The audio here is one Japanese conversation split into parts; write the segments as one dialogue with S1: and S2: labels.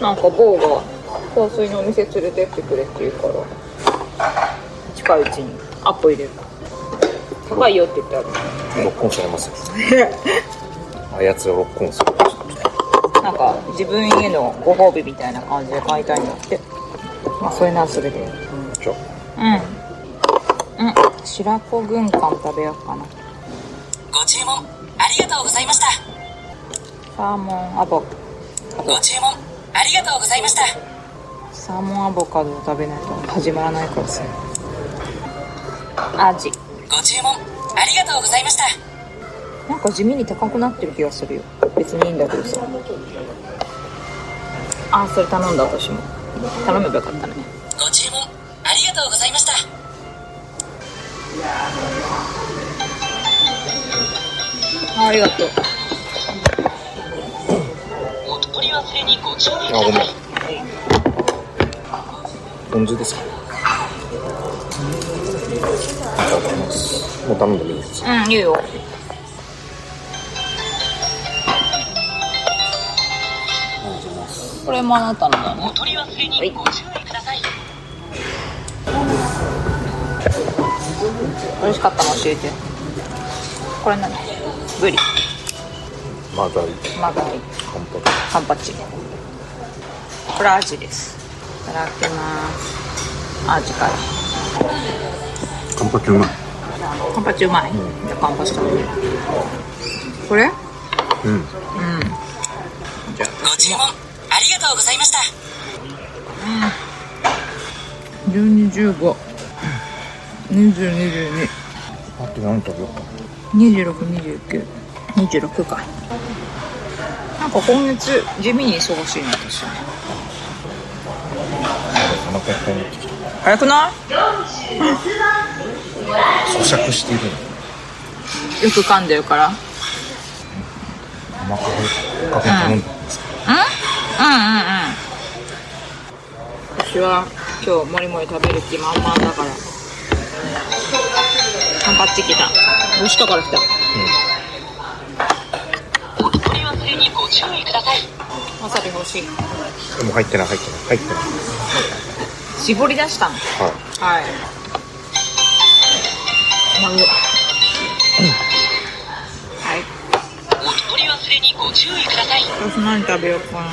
S1: なんか某が香水のお店連れてってくれって言うから近いうちにアポ入れる高いよって言ってある
S2: ロックオンされますよあやつらロックオンされました
S1: なんか自分へのご褒美みたいな感じで買いたいんだってまあそれならそれで
S2: じゃあ
S1: うんうん白子軍艦食べようかな
S3: ご注文ありがとうございました
S1: サーモンアボ
S3: ご注文ありがとうございました
S1: サーモンアボカドを食べないと始まらないからさアジ
S3: ご注文ありがとうございました
S1: なんか地味に高くなってる気がするよ別にいいんだけどさあそれ頼んだ私も頼めばよかったね
S3: ご注文ありがとうございました
S1: あありがとう
S3: お取り忘れにご注意く
S2: あ
S3: だ
S2: ごめ
S3: さ
S2: ん
S3: い
S2: ポン酢ですかいただきますもう頼んでもいいです
S1: うんいいよこれもあなたのだね
S3: お取り忘れにご注意ください
S1: 美味しかったの教えてこれ何ブリ
S2: まだ
S1: マグリ
S2: 乾杯
S1: カンパチこれアジですいただきますアジから
S2: 乾杯うまい
S1: カンパチうまい、じゃあカンパチ食べるこれ
S2: うん
S3: ご注文ありがとうございました
S1: 1215 2022
S2: あと何食べようかな
S1: 262926かなんか今月地味に忙しいな私ね
S2: お腹いっぱいになってきた
S1: 早くな
S2: 咀嚼しているの
S1: いよく噛んでるからうん
S2: 甘カフェカフェ頼んだんです
S1: うんうん私は今日もりもり食べる気満々だから頑張ってきたどうしたから来た
S3: お取り忘れにご注意ください
S1: わさび欲しい
S2: けどでも入ってない入ってない入ってない
S1: 絞り出したの
S2: はい
S1: はい。まぐ。はい。
S3: お取り忘れにご注意ください
S1: 私何食べようかな。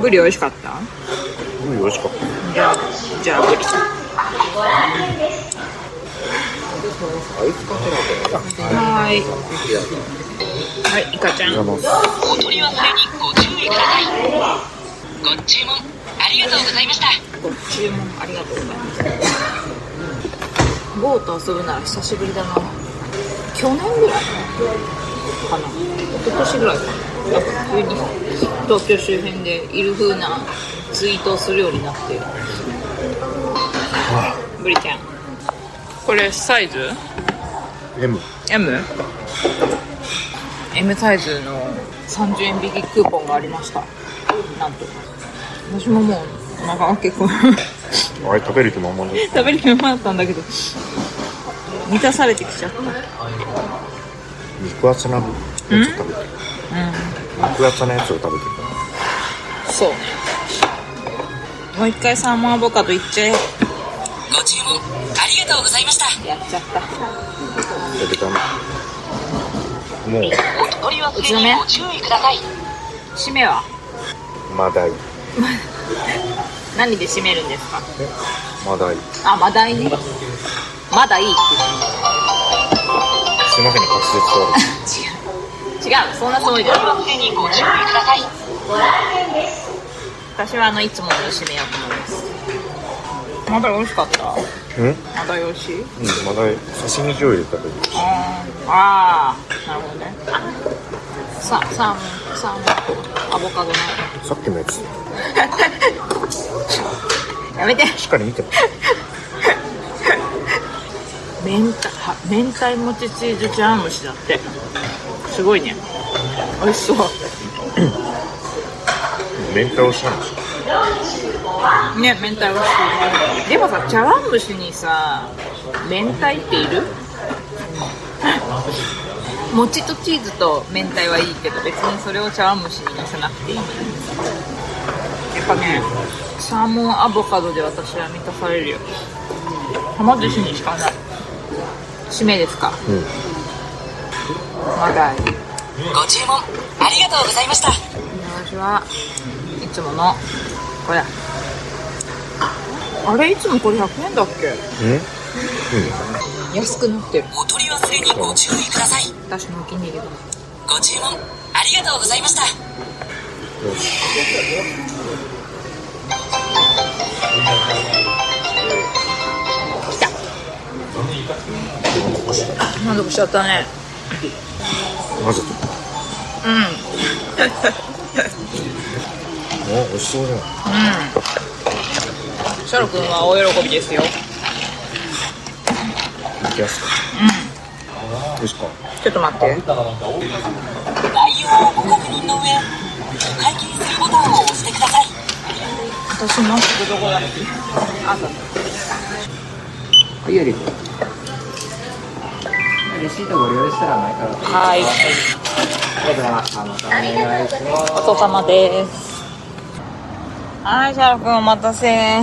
S1: ブリ美味しかった
S2: すごい美味しかった
S1: じゃあ、じゃあブリ。はい。はい、イカちゃん。
S2: あ
S1: はい。
S2: の
S3: お取り忘れにご注意くださいご注文ありがとうございました
S1: ご注文ありがとうございます。ゴーと遊ぶなら久しぶりだな。去年ぐらいかな。一昨年ぐらいかな。なんか急に東京周辺でいる風なツイートをするようになって。ブリちゃん。これサイズ
S2: M
S1: ?M?M サイズの30円引きクーポンがありました。なんと。私ももう、お腹が結構。
S2: あれ食べる気もあんまない
S1: 食べる気満々だったんだけど満たされてきちゃった
S2: 肉厚なやつを食べてる肉厚なやつを食べてる
S1: そうねもう一回サーモンアボカドいっちゃえやっ
S3: ご注文ありがとうございました
S1: ちゃった
S2: やべたなもう
S3: お取り忘れにご注意ください
S1: 締めは
S2: マダイ
S1: 何で締めるんですか
S2: マダイ
S1: あまだいねまだいいって
S2: すいませんね滑舌悪い
S1: 言って違うそんなつもりじゃ
S3: お取
S1: ない
S3: り忘れにご注意ください
S1: 私はあのいつもの締めようと思いますまだ美味しかった
S2: うん、うん、
S1: まだ美味しい
S2: まだ刺身醤油で食べる
S1: あーあーなるほどねさサーモンサーモンアボカドね
S2: さっきのやつ
S1: やめて
S2: しっかり見て
S1: 明太は明太もちチーズ茶碗蒸しだってすごいね美味しそう
S2: 明太をしたんですよ
S1: ね明太美味しそうでもさ茶碗蒸しにさ明太っている餅とチーズと明太はいいけど別にそれを茶碗蒸しにのせなくていいやっぱねサーモンアボカドで私は満たされるよはま寿司にしかない締めですか
S2: うん
S1: まだい
S3: ご注文ありがとうございました
S1: 私はいつものこれあれいつもこれ100円だっけ
S2: うん
S1: 安くなってる
S3: お取り忘れにご注意ください
S1: 私のお気に入りだ
S3: ご注文ありがとうございました
S1: 来た満足しちゃったね
S2: 混ぜて
S1: うんうん
S2: お美味しそうじゃん
S1: シャロ君は大喜びですよ
S2: 行きやすかうん美味しかった
S1: ちょっと待って
S3: 内容をご確認の上お会計するボタンを押してください
S1: 私マスクどこだっけあった
S4: はい、より。レシートご利用でしたら前から。
S1: はい
S4: また、あの、お願いします。
S1: お父様ですはいシャロ君お待たせあ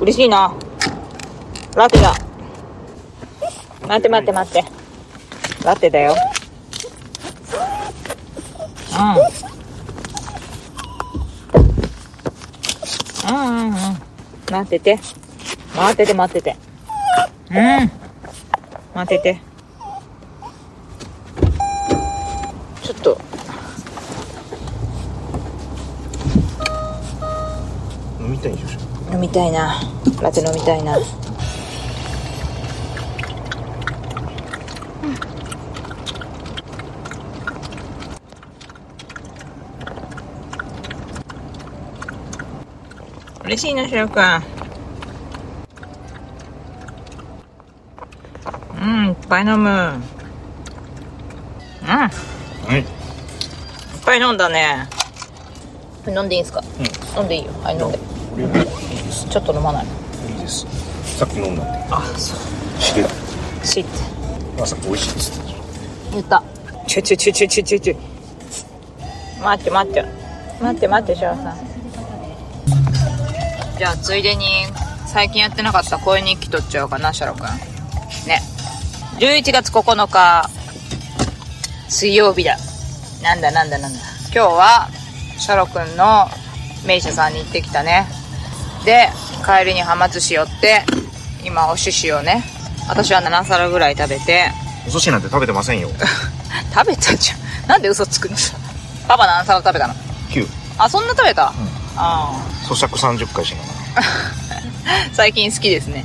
S1: 嬉しいなラテだ待って待って待ってラテだようんうんうんうん待ってて待ってて待っててうん待っててちょっと
S2: 飲みたいでしょ
S1: 飲みたいなラテ飲みたいな嬉しいなしろくんうんいっぱい飲むうん
S2: はい
S1: いっぱい飲んだね飲んでいいんですか、飲んでいいよはい飲んでちょっと飲まない
S2: いいですさっき飲んだんで
S1: あそう
S2: 知れ
S1: シって
S2: まさっき美味しいっつって
S1: 言ったちょちょちょちょちょちょちょ待って待って待って待ってシャラさんじゃあついでに最近やってなかった声日記取っちゃおうかなシャロ君ね11月9日水曜日だなんだなんだなんだ今日はシャロ君の名医者さんに行ってきたねで帰りにはま寿司寄って今お寿司をね私は7皿ぐらい食べて
S2: お寿司なんて食べてませ んよ
S1: 食べたじゃんなんで嘘つくのさパパ何皿食べたの
S2: 9
S1: あそんな食べた、あ
S2: 咀嚼30回しなが
S1: あ 最近好きですね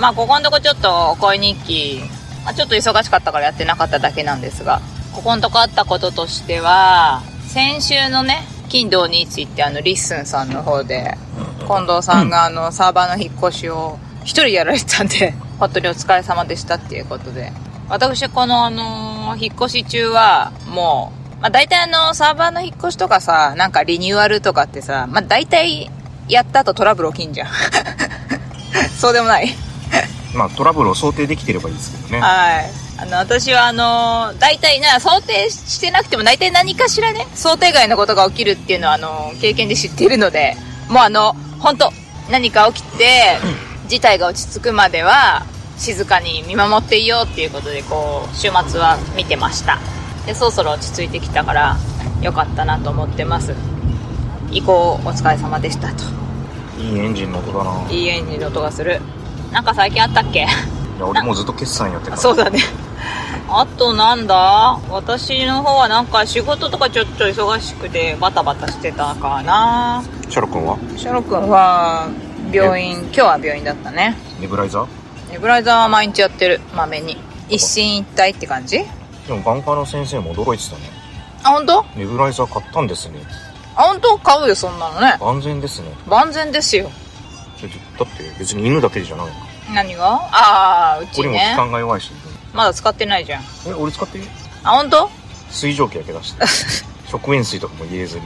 S1: まあここのとこちょっと恋日記、まあ、ちょっと忙しかったからやってなかっただけなんですがここのとこあったこととしては先週のね金土日ってあのリッスンさんの方で近藤さんがあのサーバーの引っ越しを一人やられてたんで本当にお疲れ様でしたっていうことで私このあのー引っ越し中はもう、まあ、大体あのサーバーの引っ越しとかさなんかリニューアルとかってさ、まあ、大体やった後トラブル起きんじゃんそうでもない
S2: らまあトラブルを想定できてればいいですけどね
S1: はい。あの、私はあの、大体な、想定してなくても大体何かしらね、想定外のことが起きるっていうのはあの、経験で知っているので、もうあの、本当何か起きて、事態が落ち着くまでは、静かに見守っていようっていうことで、こう、週末は見てました。で、そろそろ落ち着いてきたから、良かったなと思ってます。以降、お疲れ様でしたと。
S2: いいエンジンの音だない
S1: いエンジンの音がする。なんか最近あったっけ
S2: や俺もうずっと決算やってるから
S1: そうだね。あとなんだ私の方はなんか仕事とかちょっと忙しくてバタバタしてたかな。
S2: シャロ君は
S1: シャロ君は病院、今日は病院だったね。
S2: ネブライザー
S1: ネブライザーは毎日やってる、まめに。一進一退って感じ
S2: でも眼科の先生も驚いてたね
S1: あ、本当？
S2: ネブライザー買ったんですね
S1: あ、本当買うよ、そんなのね。
S2: 万全ですね
S1: 万全ですよ。
S2: だってだって別に犬だけじゃない
S1: 何がああ、うち
S2: 俺も
S1: ね
S2: 期。間が弱いし
S1: まだ使ってないじゃん。
S2: え俺使っていい
S1: あ、本当？
S2: 水蒸気だけ出して 食塩水とかも入れずに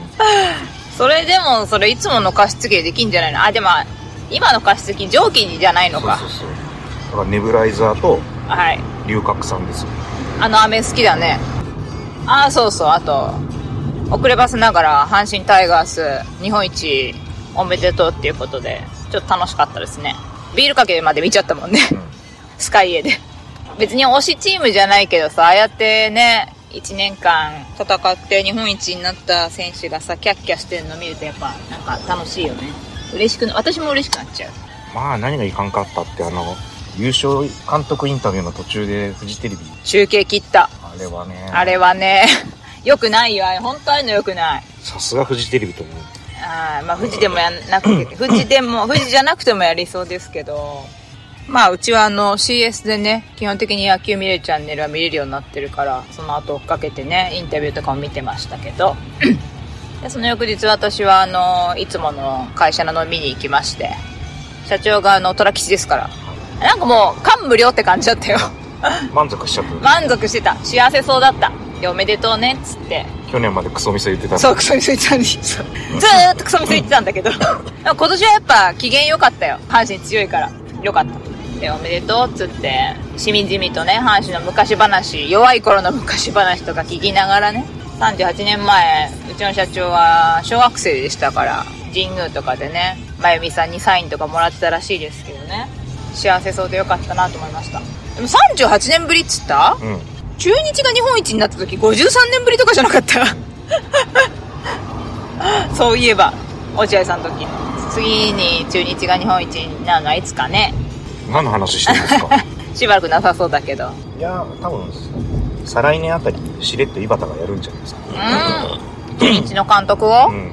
S1: それでも、それいつもの加湿器でできんじゃないのあ、でも、今の加湿器蒸気じゃないの
S2: そう
S1: か
S2: そ。うそうだからネブライザーと
S1: はい。
S2: 龍角散ですよ
S1: あの飴好きだねああそうそうあと遅ればせながら阪神タイガース日本一おめでとうっていうことでちょっと楽しかったですねビールかけまで見ちゃったもんね、 スカイエで別に推しチームじゃないけどさああやってね1年間戦って日本一になった選手がさキャッキャしてるの見るとやっぱなんか楽しいよね嬉しくな私も嬉しくなっちゃう
S2: まあ何がいかんかったってあの優勝監督インタビューの途中でフジテレビ
S1: 中継切った
S2: あれはね
S1: あれはね よくないよあれ本当ああいうのよくない
S2: さすがフジテレビと思う
S1: あーまあ富士でもやんなくて富士でも富士じゃなくてもやりそうですけどまあうちはあの CS でね基本的に野球見れるチャンネルは見れるようになってるからその後追っかけてねインタビューとかも見てましたけどでその翌日私はあのいつもの会社の飲みに行きまして社長があの虎吉ですからなんかもう感無量って感じだったよ
S2: 満足しちゃった、
S1: 満足してた幸せそうだったでおめでとうねっつって
S2: 去年までクソ味噌言ってた
S1: そう、クソみそいてたんです。ずーっとクソみそいてたんだ けど。でも今年はやっぱ機嫌良かったよ。阪神強いから。良かった。で、おめでとうっつって、しみじみとね、阪神の昔話、弱い頃の昔話とか聞きながらね、38年前、うちの社長は小学生でしたから、神宮とかでね、まゆみさんにサインとかもらってたらしいですけどね、幸せそうで良かったなと思いました。でも38年ぶりっつった
S2: うん
S1: 中日が日本一になった時53年ぶりとかじゃなかった そういえば落合さんの時次に中日が日本一になるのはいつかね
S2: 何の話してるんですか
S1: しばらくなさそうだけどうん
S2: いや多分再来年あたりしれっと井端がやるんじゃないですか
S1: 中日の監督を
S2: う、ん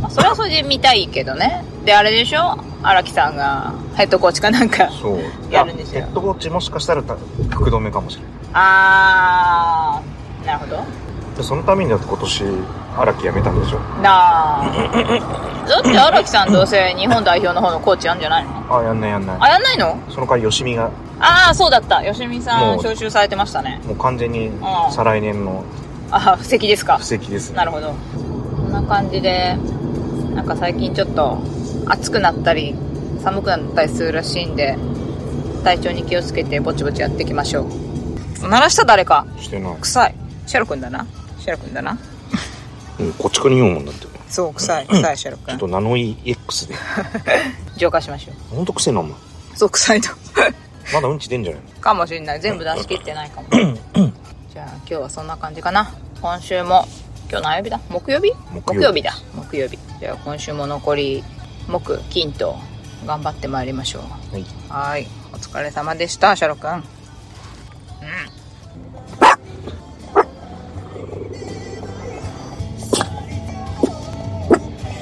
S1: まあそれはそれで見たいけどねであれでしょ荒木さんがヘッドコーチかなんか
S2: そう
S1: やるんですよ
S2: いやヘッドコーチもしかしたらた福留かもしれない
S1: あーなるほど
S2: でそのためにだって今年荒木辞めたんでしょ
S1: な あだって荒木さんどうせ日本代表の方のコーチやんじゃないの
S2: ああやんないやんな
S1: あ
S2: い
S1: やんないの
S2: その代わり吉見が
S1: ああそうだったよしみさん
S2: もう
S1: 招集されてましたね
S2: もう完全に再来年の
S1: ああ布石ですか
S2: 布石ですね
S1: なるほどこんな感じでなんか最近ちょっと暑くなったり寒くなったりするらしいんで体調に気をつけてぼちぼちやっていきましょう鳴らした誰か
S2: してない
S1: 臭いシャロ君だなシャロ君だな
S2: うんこっちから言うもんだってちょ
S1: そう臭い臭いシャロ君
S2: っとナノイ X で
S1: 浄化しましょ
S2: ほんとくせえなお前
S1: うそう臭いと
S2: まだうんち出んじゃない
S1: かもしれない全部出し切ってない かもじゃあ今日はそんな感じかな今週も今日何曜日だ木曜日
S2: 木曜日
S1: だ木曜日じゃあ今週も残り木金と頑張ってまいりましょう
S2: のはい
S1: はいお疲れ様でしたシャロ君